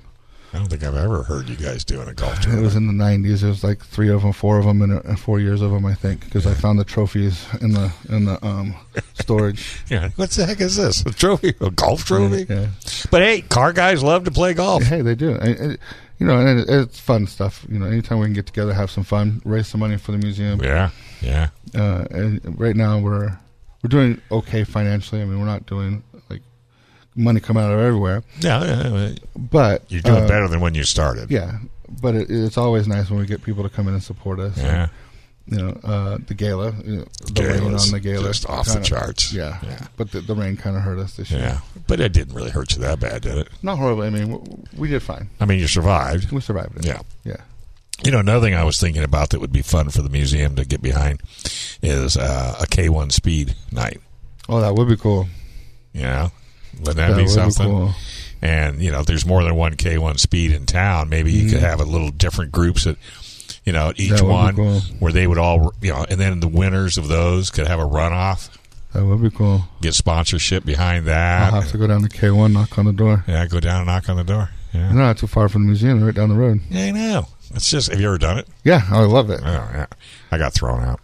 I don't think I've ever heard you guys doing a golf (laughs)
It
tournament.
was in the 90s. There was like three of them, four of them, and uh, four years of them, I think, because I found the trophies in the in the
(laughs)
um, storage.
Yeah. What the heck is this? A trophy? A golf trophy?
Yeah.
But hey, car guys love to play golf.
hey, they do. And, and, you know, and it, it's fun stuff. You know, anytime we can get together, have some fun, raise some money for the museum.
Yeah. Yeah.
uh, and right now we're we're doing okay financially. I mean, we're not doing like money come out of everywhere,
Yeah. yeah, yeah.
but
You're doing
uh,
better than when you started.
Yeah, but it, it's always nice when we get people to come in and support us.
Yeah.
you know, uh, the gala, you know, the rain
Galas,
on the gala,
just off the
kinda-
charts.
Yeah,
Yeah.
but the, the rain kind of hurt us this year.
Yeah, but it didn't really hurt you that bad, did it?
Not horrible. I mean, w- we did fine.
I mean, you survived.
We survived it.
Yeah.
yeah.
You know, another thing I was thinking about that would be fun for the museum to get behind is uh, a K1 speed night.
Oh, that would be cool.
You know, wouldn't that,
That
be
would be
something?
cool.
And you know, if there's more than one K1 speed in town, maybe you could have a little different groups that you know at each
Mm-hmm. That would be
one
cool.
where they would all you know, and then the winners of those could have a runoff,
That would be cool.
get sponsorship behind
I'll
that.
have to go down to K one, knock on the door.
yeah, go down and knock on the door. Yeah,
They're not too far from the museum, right down the road.
yeah, I know. It's just have you ever done it?
Yeah, I love it.
Oh, yeah. I got thrown out.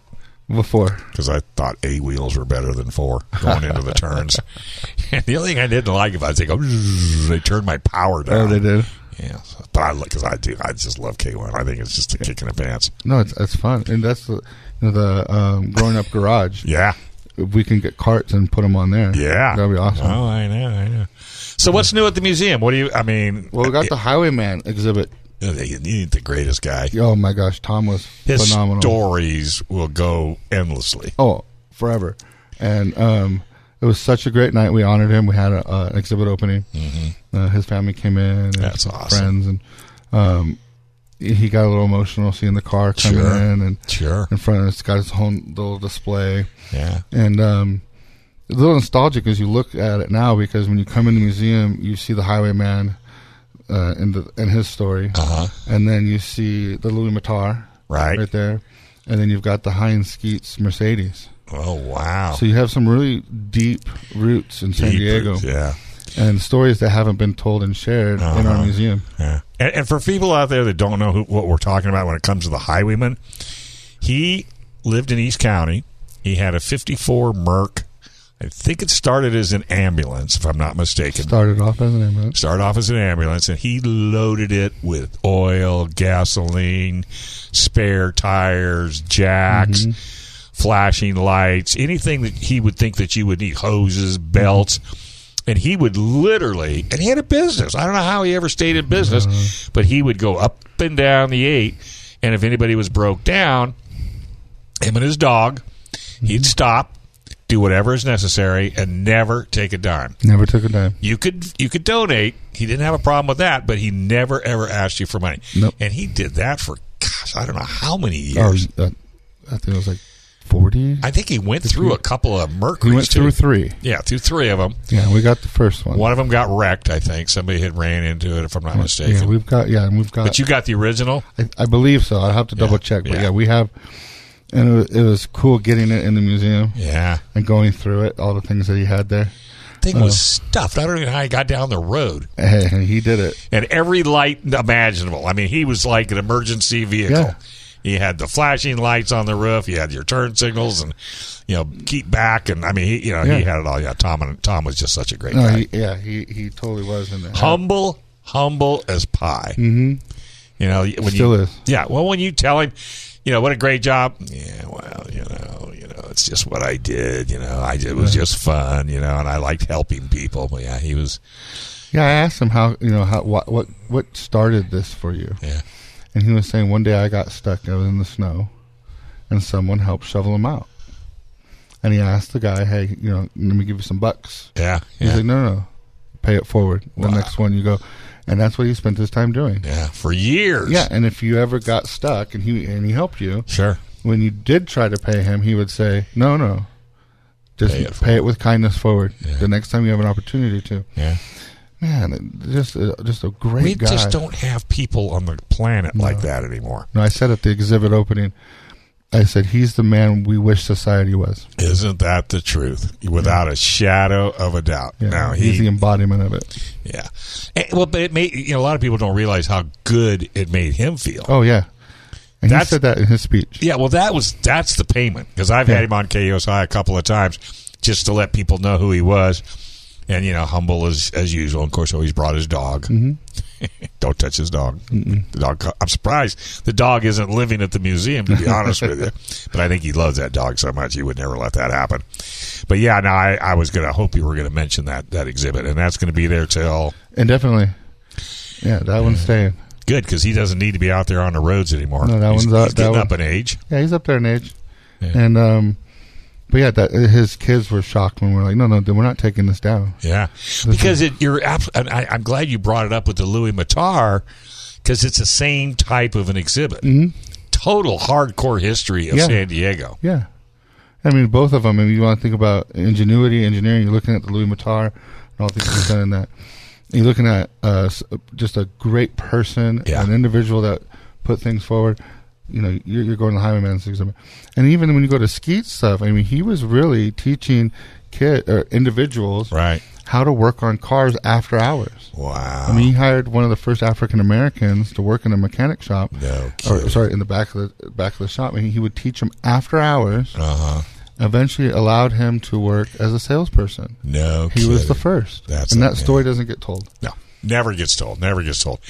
Before,
because I thought A wheels were better than four going into the turns. (laughs) and the only thing I didn't like about it, they go, (laughs) "Zzz," they turned my power
oh,
down.
they did.
Yeah, so- but I because I do, I just love K one. I think it's just a kick in the pants.
No, it's it's fun, and that's the you know, the um, growing up garage.
Yeah,
If we can get carts and put them on there,
yeah,
that'd be awesome.
Oh, I know, I know. So what's new at the museum? What do you? I mean,
Well, we got the Highwayman exhibit.
the you need the greatest guy.
Oh my gosh, Tom was
His
phenomenal.
stories will go endlessly.
Oh, forever. And um, it was such a great night. We honored him. We had a, uh, an exhibit opening. Mm-hmm. Uh, his family came in. And
That's awesome.
Friends and um, he- he got a little emotional seeing the car coming
Sure.
in and
Sure,
in front of us. Got his own little display
yeah,
and um, it's a little nostalgic as you look at it now because when you come in the museum, you see the Highwayman uh, in the in his story,
Uh-huh.
and then you see the Louis Matar
Right.
right there, and then you've got the Heinz Skeets Mercedes.
oh wow,
So you have some really deep roots in San
Deep
Diego
roots, yeah.
and stories that haven't been told and shared in
Uh-huh.
our museum.
Yeah. And, and for people out there that don't know who, what we're talking about when it comes to the highwayman, he lived in East County. He had a 54 Merc. I think it started as an ambulance, if I'm not mistaken.
Started off as an ambulance.
Started off as an ambulance, and he loaded it with oil, gasoline, spare tires, jacks, flashing lights, anything that he would think that you would need, hoses, belts. And he would literally, and he had a business. I don't know how he ever stayed in business, but he would go up and down the eight. And if anybody was broke down, him and his dog, he'd stop, do whatever is necessary, and never take a dime.
Never took a dime.
You could you could donate. He didn't have a problem with that, but he never ever asked you for money.
Nope.
And he did that for gosh, I don't know how many
Oh,
years.
that, I think it was like forty.
I think he went through a couple of Mercury's
We went
too.
through three.
Yeah, through three of them.
Yeah, we got the first one.
One of them got wrecked. I think somebody had ran into it, if I'm not mistaken.
Yeah, we've got yeah, and we've got.
but you got the original.
I, I believe so. I'll have to double check, but
yeah.
yeah. we have. And it was, it was cool getting it in the museum
Yeah,
and going through it, all the things that he had there.
thing
Oh.
was stuffed. I don't even know how he got down the road.
And he did it.
and every light imaginable. I mean, he was like an emergency vehicle.
Yeah.
He had the flashing lights on the roof. He had your turn signals, and you know, keep back. And I mean, he, you know, he
Yeah.
had it all. Yeah, Tom and Tom was just such a great
No,
guy.
he, yeah, he, he totally was in there.
humble, humble as pie. Mm-hmm. You know, when
Still
you,
is.
Yeah. Well, when you tell him, you know, what a great job. Yeah. Well, you know, you know, it's just what I did. You know, I did, it was just fun. You know, and I liked helping people. But yeah, he was.
Yeah, I asked him how you know how what what what started this for you,
Yeah.
and he was saying one day I got stuck. I was in the snow, and someone helped shovel him out. And he asked the guy, "Hey, you know, let me give you some bucks."
Yeah.
He's
Yeah.
like, "No, no, no, pay it forward. The
Wow.
next one you go," and that's what he spent his time doing.
yeah. For years.
Yeah, and if you ever got stuck and he and he helped you,
Sure.
when you did try to pay him, he would say, "No, no, just
Pay
pay
it
it, with kindness forward. The next time you have an opportunity to."
Yeah.
Man, it- just a, just a great
We
guy.
just don't have people on the planet like that anymore.
No, I said at the exhibit opening, I said he's the man we wish society was.
Isn't that the truth? Without a shadow of a doubt.
Yeah,
now
he's
he,
the embodiment of it.
yeah. Eh, well, but it made you know, a lot of people don't realize how good it made him feel.
Oh yeah, and
That's-
he said that in his speech.
Yeah. Well, that was that's the payment because I've had
Yeah.
him on KOSI a couple of times just to let people know who he was, and you know, humble as as usual. Of course, always brought his dog.
Mm-hmm.
(laughs) don't touch his dog. The dog. co- I'm surprised the dog isn't living at the museum.
(laughs)
To be honest with you, but I think he loves that dog so much he would never let that happen. But yeah, no, I, I was gonna hope you were gonna mention that that exhibit, and that's gonna be there till
And definitely, yeah, that one's staying.
good because he doesn't need to be out there on the roads anymore.
No, that
he's,
one's out-
he's getting
that
up in age.
Yeah, he's up there in age,
Yeah.
and um, but yeah, that his kids were shocked when we were like, no, no, we're not taking this down.
Yeah, because it, you're. Abs- and I, I'm glad you brought it up with the Louis Matar because it's the same type of an exhibit. Total hardcore history of
Mm-hmm. Yeah.
San Diego.
Yeah. I mean, both of them. I mean, you want to think about ingenuity, engineering. You're looking at the Louis Matar and all the things he's done in that. You're looking at uh, s- just a great person,
Yeah.
an individual that put things forward. You know, you're, you're going to Highwayman's exhibit, and even when you go to Skeet stuff, I mean, he was really teaching kid or individuals
Right.
how to work on cars after hours.
Wow.
I mean, he hired one of the first African Americans to work in a mechanic shop.
No
or,
kidding.
sorry, in the back of the back of the shop. And he would teach him after hours.
uh huh.
Eventually, allowed him to work as a salesperson.
No.
He was
kidding.
the first,
That's
and that
amazing.
story doesn't get told.
No, never gets told. Never gets told.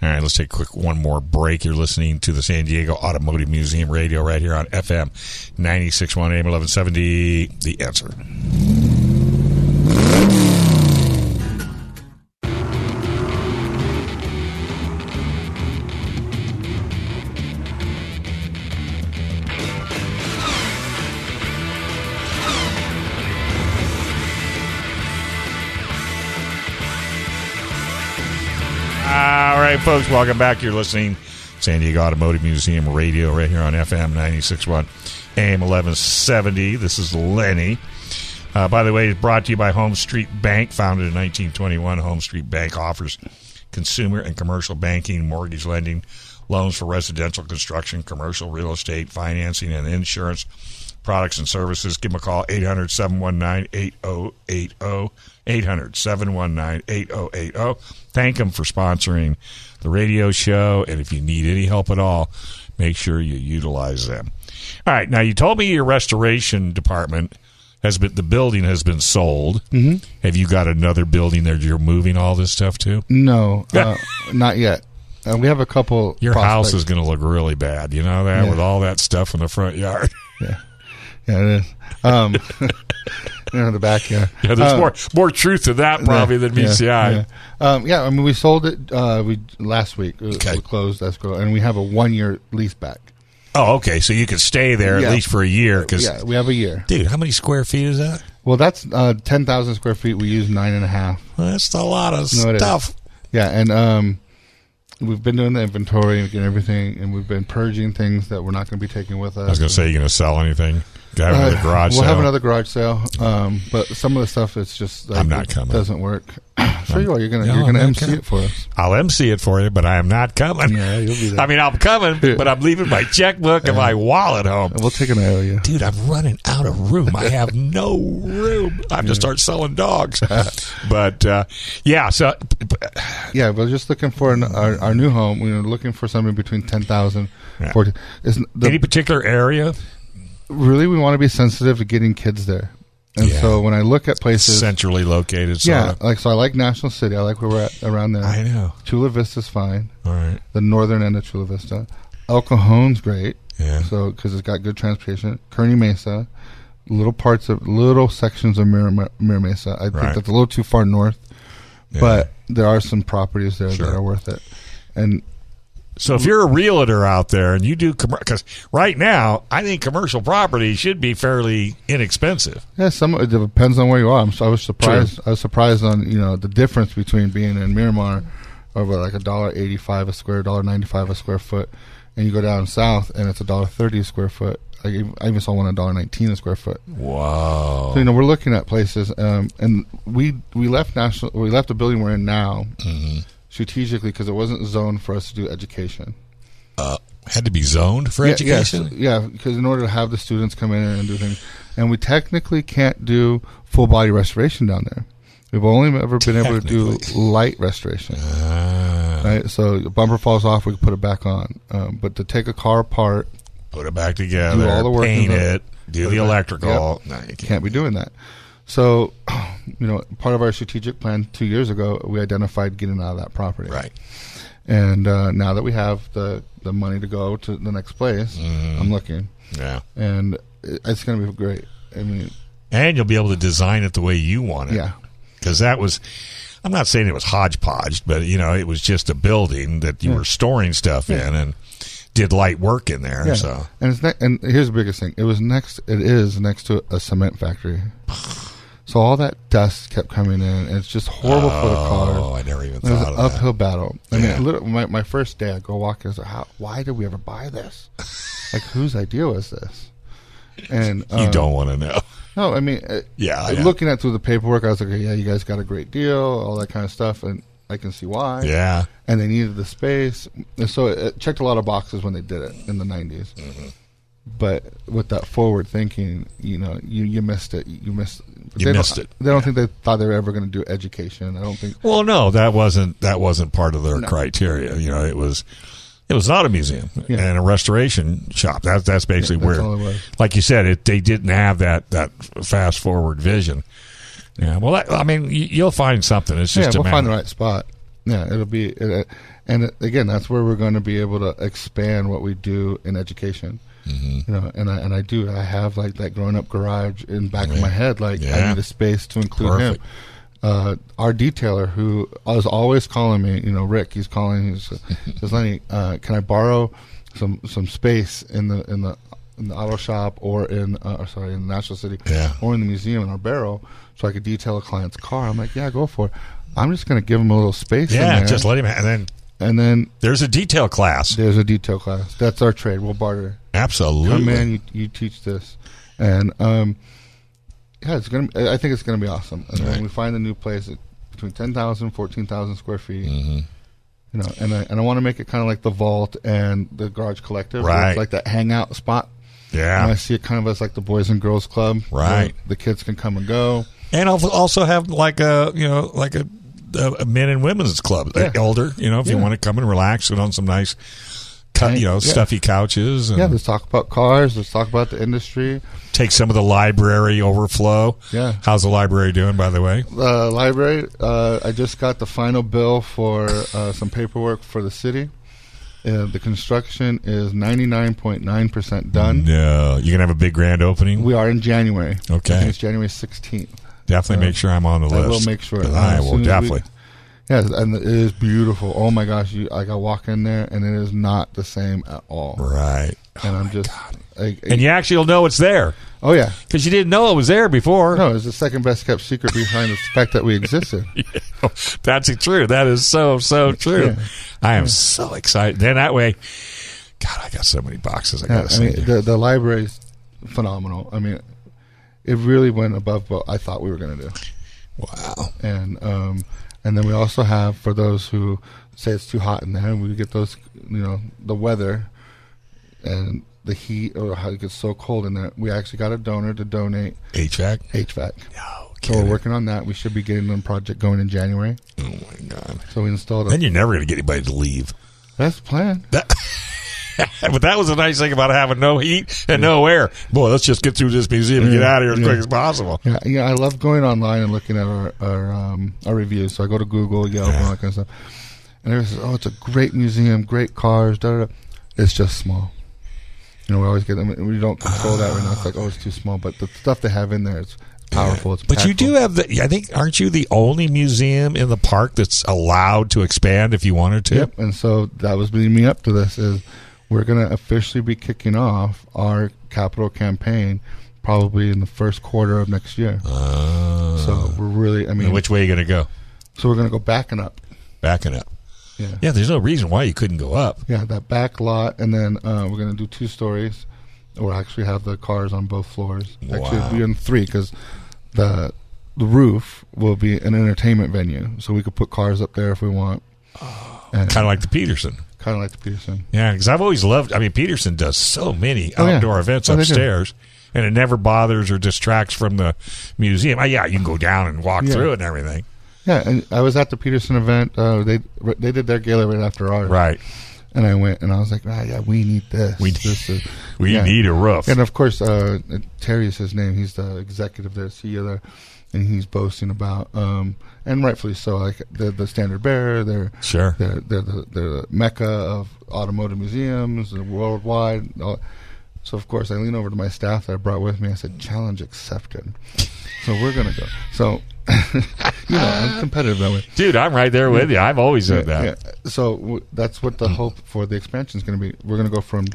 All right, let's take a quick one more break. You're listening to the San Diego Automotive Museum Radio right here on FM 961 AM 1170. The answer. All right, folks, welcome back. You're listening San Diego Automotive Museum Radio right here on FM 961 AM 1170. This is Lenny. Uh, by the way, it's brought to you by Home Street Bank, founded in 1921. Home Street Bank offers consumer and commercial banking, mortgage lending, loans for residential construction, commercial real estate, financing, and insurance products and services. Give them a call, 800 719 8080. 800 719 8080. Thank them for sponsoring the radio show. And if you need any help at all, make sure you utilize them. All right. Now, you told me your restoration department has been the building has been sold. Mm-hmm. Have you got another building that you're moving all this stuff to?
No,
(laughs)
uh, not yet. Uh, we have a couple.
Your house
prospects.
is going to look really bad. You know that
Yeah.
with all that stuff in the front yard. (laughs)
Yeah, it is. Um, (laughs) you know, the back. Yeah,
yeah, there's
Uh,
more more truth to that probably than meets the eye.
Yeah. Um, yeah, I mean, we sold it uh, we last week. It was-
Okay.
We closed escrow, and we have a one year lease back.
Oh, okay. So you could stay there
Yeah. Oh,
at least for a year. Because,
yeah, we have a year.
dude, how many square feet is that?
Well, that's uh, ten thousand square feet. We use nine and a half.
Well, that's a lot of
No, it is.
stuff.
Yeah, and um, we've been doing the inventory and getting everything, and we've been purging things that we're not going to be taking with us.
I was going to say, you going to sell anything? Got
Uh,
another garage
We'll
sale?
have another garage sale, um, but some of the stuff it's just like,
I'm not
it
coming.
Doesn't work. (clears throat) sure you are. You're gonna
No,
you're
I'm
gonna
not
MC
coming.
it for us.
I'll MC it for you, but I am not coming.
Yeah,
(laughs)
you'll be there.
I mean, I'm coming, but I'm leaving my checkbook and my wallet home.
We'll take an area.
Dude, I'm running out of room. I have no room. I have to start selling
(laughs)
dogs. But uh, yeah, so
Yeah, we're just looking for an, our, our new home. We We're looking for something between 10,000
Yeah.
14 It's n- the-
any particular area?
Really, we want to be sensitive to getting kids there. And
Yeah.
so when I look at places,
Centrally located. sort
yeah,
of.
like so I like National City. I like where we're at around there.
I know.
Chula Vista's fine.
All right.
The northern end of Chula Vista. El Cajon's great.
Yeah.
So because it's got good transportation. Kearney Mesa, little parts of little sections of Mira, Mira Mesa. I think
Right.
that's a little too far north,
Yeah.
but there are some properties there
Sure.
that are worth it. And
So if you're a realtor out there and you do because right now I think commercial property should be fairly inexpensive.
Yeah, some it depends on where you are. I'm, so- I was surprised. I was surprised on you know the difference between being in Miramar, or what, like a dollar eighty five a square, dollar ninety five a square foot, and you go down south and it's a dollar thirty a square foot. I even, I even saw one a dollar nineteen a square foot.
Wow.
So you know we're looking at places, um, and we we left national. We left the building we're in now strategically because it wasn't zoned for us to do education.
Had to be zoned for
Yeah,
education.
Yeah, so- yeah, because in order to have the students come in and do things, and we technically can't do full body restoration down there. We've only ever been able to do light restoration.
Ah.
Right, so the bumper falls off, we can put it back on. Um, but to take a car apart,
Put it back together.
Do all the work
Paint
and
it.
the-
Do
put
the
it back-
electrical.
Yep.
No, you can't.
can't be doing that. So, (clears throat) you know, part of our strategic plan two years ago, we identified getting out of that property.
Right.
And uh, now that we have the the money to go to the next place,
Mm.
I'm looking,
Yeah.
and it- it's going to be great. I mean,
And you'll be able to design it the way you want it.
Yeah.
Because that was, I'm not saying it was hodgepodge, but you know, it was just a building that you were storing stuff in and did light work in there.
Yeah.
So
And it's ne- and here's the biggest thing. It was next. It is next to a cement
(sighs)
factory. So all that dust kept coming in. And it's just horrible for the
oh,
cars.
I never even
It was
thought of
an
that.
uphill battle. I
Yeah.
mean, literally, my, my first day, I go walking. I was like, How, why did we ever buy
(laughs)
this? like, whose idea was this? And
you
um,
don't want to know.
No, I mean, it,
Yeah,
it-
yeah.
Looking at through the paperwork, I was like, yeah, you guys got a great deal, all that kind of stuff, and I can see why.
Yeah.
And they needed the space, and so it, it checked a lot of boxes when they did it in the 90s
Mm-hmm.
But with that forward thinking, you know, you, you missed it. You missed.
You
they don't-
missed it.
They don't think they thought they were ever going to do education. I don't think.
Well, no, that wasn't that wasn't part of their criteria. You know, it was it was not a museum
Yeah.
and a restoration shop. That's that's basically
Yeah, that's all
where,
it was.
like you said, it they didn't have that that fast forward vision. Yeah. Well, that, I mean, y- you'll find something. It's just
yeah,
a
we'll
matter.
find the right spot. Yeah, it'll be, it, it- and it, again, that's where we're going to be able to expand what we do in education. Mm-hmm. You know, and I and I do. I have like that growing up garage in back of my head. Like I
Yeah.
need a space to include
Perfect.
him. Uh, our detailer, who is always calling me, you know, Rick. He's calling.
(laughs)
He's says, "Lenny, uh, can I borrow some some space in the in the in the auto shop or in uh, or sorry in the National City
Yeah.
or in the museum in our barrel so I could detail a client's car. I'm like, yeah, go for it. I'm just going to give him a little space. in
Yeah,
there,
just let him. ha- And then
and then
there's a detail class.
there's a detail class. That's our trade. We'll barter. Come
Absolutely.
in, you, you teach this, and um, yeah, it's gonna. I think it's gonna be awesome. And
Right.
when we find a new place at between 10,000, 14,000 square feet.
Mm-hmm.
You know, and I, and I want to make it kind of like the vault and the garage collective, where it's
Right.
like that hangout spot. And I
Yeah.
see it kind of as like the boys and girls club, where
Right. Mm-hmm.
The kids can come and go.
And I'll also have like a you know like a, a men and women's club.
Yeah.
Elder, you know, if you
Yeah.
want to come and relax and on some nice, cut, you know,
Yeah.
stuffy couches. And
Yeah, let's talk about cars. Let's talk about the industry.
take some of the library overflow.
Yeah.
How's the library doing, by the way?
The library. Uh, I just got the final bill for uh, some paperwork for the city. Uh, the construction is ninety nine point nine percent done.
No. You're going to have a big grand opening?
We are in January.
Okay.
I think it's January sixteenth.
definitely
uh,
make sure I'm on the
I
list.
will make sure. Uh,
I
As
will
soon as we-
definitely.
Yes, and it is beautiful. Oh my gosh, you, like I walk in there and it is not the same at all.
right. Oh
And I'm just, I,
And you actually will know it's there
oh yeah,
because you didn't know it was there before. (laughs)
no, it's the second best kept secret behind the fact that we existed.
That's true. That is so, so true.
Yeah.
I am so excited. Then that way, God, I got so many boxes I got
Yeah,
to
I
send
mean,
you.
the, the library's phenomenal. I mean, it really went above what I thought we were going to do.
wow.
And um, and then we also have for those who say it's too hot in there, we get those you know the weather and the heat or how it gets so cold in there. We actually got a donor to donate
HVAC?
HVAC.
No,
So we're
kidding.
working on that. We should be getting them project going in January.
Oh, my God.
So we installed
Then
a
you're never going to get anybody to leave.
that's the plan.
That, but that was the nice thing about having no heat and no air. Boy, let's just get through this museum and get out of here as quick as possible.
Yeah, yeah, I love going online and looking at our our, um, our reviews. So I go to Google, Yelp, and all that kind of stuff. And everyone says, "Oh, it's a great museum, great cars." Da, da, da. It's just small. You know, we always get them. We don't control that right now. It's like, oh, it's too small. But the stuff they have in there is powerful. It's
But you
impactful.
do have the. I think aren't you the only museum in the park that's allowed to expand if you wanted to?
Yep. And so that was leading me up to this is we're going to officially be kicking off our capital campaign probably in the first quarter of next year. so we're really, I
I mean,
mean,
Oh. which way are you going to go?
so we're going to go back and up.
Backing up.
Yeah.
Yeah, there's no reason why you couldn't go up.
Yeah, that back lot, and then uh, we're gonna do two stories. We'll actually have the cars on both floors.
Wow.
Actually, we're in three because the the roof will be an entertainment venue, so we could put cars up there if we want.
Kind of Oh. like the Peterson.
Kind of like the Peterson.
Yeah, because I've always loved. I mean, Peterson does so many
Oh, yeah.
outdoor events
Oh, they do.
upstairs, and it never bothers or distracts from the museum. Oh, yeah, you can go down and walk
Yeah.
through it and everything.
Yeah, and I was at the Peterson event. Uh, they they did their gala right after ours,
Right.
And I went, and I was like, ah, yeah, we need this.
We-
this is,
(laughs) We
Yeah.
need a roof.
And of course, uh, Terry is his name. He's the executive there, CEO there, and he's boasting about, um, and rightfully so, like they're the standard bearer. They're
Sure.
They're they're the, they're the mecca of automotive museums and worldwide. All- So of course, I lean over to my staff that I brought with me. I said, "Challenge accepted." So we're gonna go. So (laughs) You know, I'm competitive that way.
Dude, I'm right there with you. I've always said that.
Yeah. So w- that's what the hope for the expansion is going to be. We're going to go from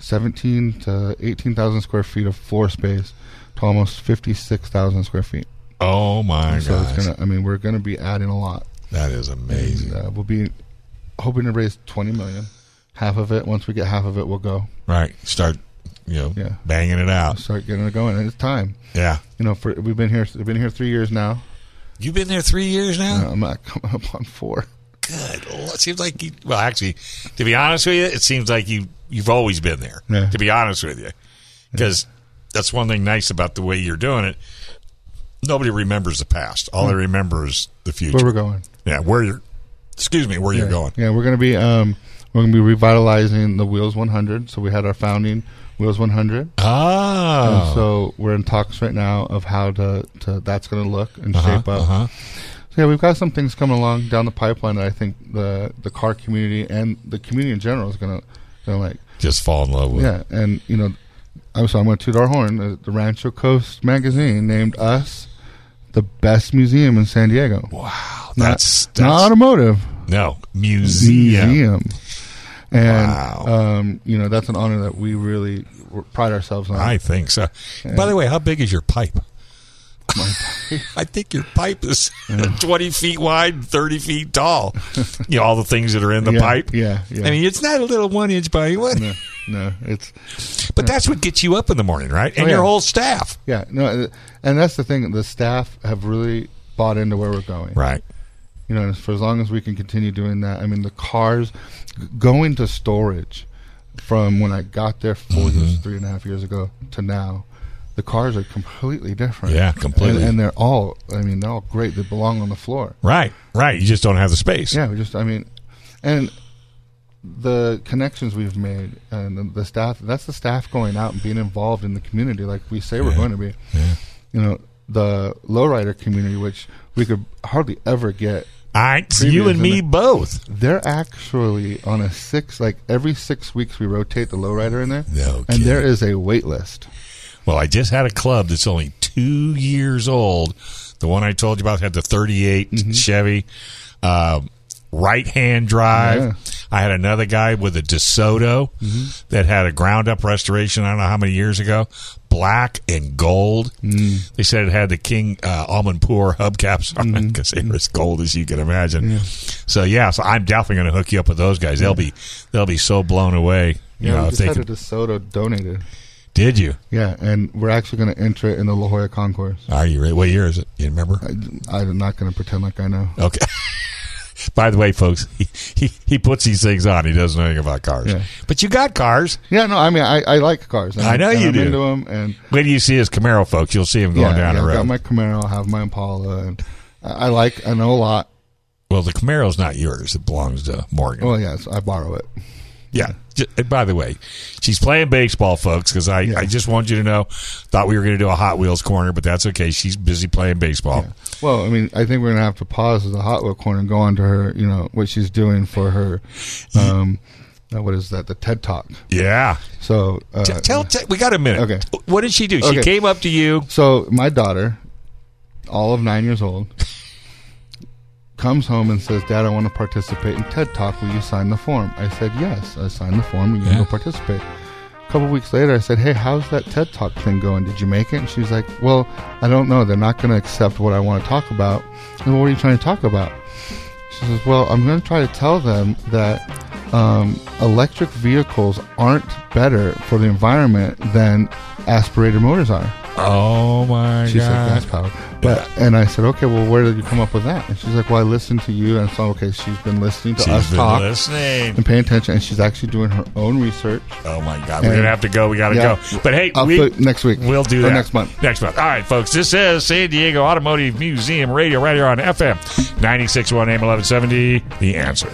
17 to 18,000 square feet of floor space to almost 56,000 square feet.
Oh my
So
gosh,
it's going to, I mean, we're going to be adding a lot.
that is amazing.
Uh, we'll be hoping to raise 20 million. Half of it, once we get half of it, we'll go
Right, start you know
Yeah.
banging it out.
start getting it going. And it's time.
Yeah,
You know, for we've been here, we've been here three years now.
you've been there three years now.
Uh, I'm not (laughs) coming up on four.
Good. Well, it seems like you. Well, actually, to be honest with you, it seems like you you've always been there.
Yeah.
To be honest with you, because that's one thing nice about the way you're doing it. Nobody remembers the past. All they remember is the future.
Where we're going.
yeah, where you're. Excuse me, where you're going.
Yeah, we're going to be um, we're going to be revitalizing the Wheels 100. So we had our founding Wheels 100.
Ah.
And so we're in talks right now of how to, to that's going to look and shape up.
uh-huh.
So yeah, we've got some things coming along down the pipeline that I think the the car community and the community in general is going to going to like.
Just fall in love with.
Yeah, and you know, I'm so I'm going to toot our horn. Uh, The Rancho Coast magazine named us the best museum in San Diego.
Wow.
Not-
That's, that's
not automotive
no museum.
museum. And
Wow.
um, you know that's an honor that we really pride ourselves on.
I think so. By the way, how big is your pipe? (laughs) I think your pipe is 20 feet wide and 30 feet tall. you know, all the things that are in the
Yeah,
pipe.
yeah, yeah.
I mean, it's not a little one inch by one,
(laughs) no, no, it's
but that's what gets you up in the morning, right? And
Oh,
your
yeah.
whole staff.
yeah, no, uh, and that's the thing. The staff have really bought into where we're going.
Right.
You know, and for as long as we can continue doing that, I mean, the cars g- going to storage from when I got there 4
Mm-hmm.
years, three and a half years ago to now, the cars are completely different.
Yeah, completely.
And, and they're all, I mean, they're all great. They belong on the floor.
Right. Right. You just don't have the space.
Yeah, we just, I mean, and the connections we've made and the- the staff, that's the staff going out and being involved in the community like we say we're going to be. You know, the lowrider community, which we could hardly ever get,
I, you and me both.
they're actually on a six, like every six weeks we rotate the lowrider in there.
No
and
kidding.
there is a wait list.
Well, I just had a club that's only two years old. The one I told you about had the 38
Mm-hmm.
Chevy, uh, right hand drive.
Yeah. Mm-hmm.
I had another guy with a DeSoto that had a ground up restoration, I don't know how many years ago, black and gold.
Mm.
They said it had the King uh, Almond Poor hubcaps on
Mm-hmm.
it because they were as gold as you can imagine. So, yeah, so I'm definitely going to hook you up with those guys. They'll be they'll be so blown away. You
yeah,
know,
we
if
just
they
had
can,
a DeSoto donated.
did you?
Yeah, and we're actually going to enter it in the La Jolla Concourse.
Are you ready? What year is it? You remember?
I, I'm not going to pretend like I know.
Okay. (laughs) By the way, folks, (laughs) he, he, he puts these things on. He doesn't know anything about cars.
Yeah.
But you got cars.
Yeah, no, I mean, I, I like cars. And
I know
and
you
I'm
do.
Into them, and
When you see his Camaro, folks, you'll see him
yeah,
going down
yeah,
the
I've
road.
got my Camaro, I have my Impala, and I I like. I know a lot.
well, the Camaro's not yours. It belongs to Morgan.
Well, yes, I borrow it.
yeah. J- and by the way, she's playing baseball, folks, because I, I just want you to know. Thought we were going to do a Hot Wheels corner, but that's okay. She's busy playing baseball.
Well, I mean, I think we're gonna have to pause at the Hot Wheel corner and go on to her. You know what she's doing for her. Um, uh, what is that? The TED Talk.
Yeah.
So uh,
T- tell, t- we got a minute.
Okay.
What did she do? She
Okay.
came up to you.
So my daughter, all of nine years old, comes home and says, "Dad, I want to participate in TED Talk. Will you sign the form?" I said, "Yes." I signed the form. You can go participate. A couple weeks later, I said, "Hey, how's that TED Talk thing going? Did you make it?" And she's like, "Well, I don't know. They're not going to accept what I want to talk about." And what are you trying to talk about? She says, "Well, I'm going to try to tell them that." Um, electric vehicles aren't better for the environment than aspirated motors are.
Oh, my
She said
God.
gas powered. But and I said, okay, well, where did you come up with that? And she's like, well, I listened to you, and so okay, she's been listening to us
She's been
talk
listening.
and paying attention, and she's actually doing her own research.
Oh my God, we're
And-
gonna have to go. We gotta
Yeah.
go. But hey,
I'll
we,
put next week.
We'll do
Or
that
next month.
Next month. All right, folks. This is San Diego Automotive Museum Radio right here on FM 96.1 AM eleven seventy. The answer.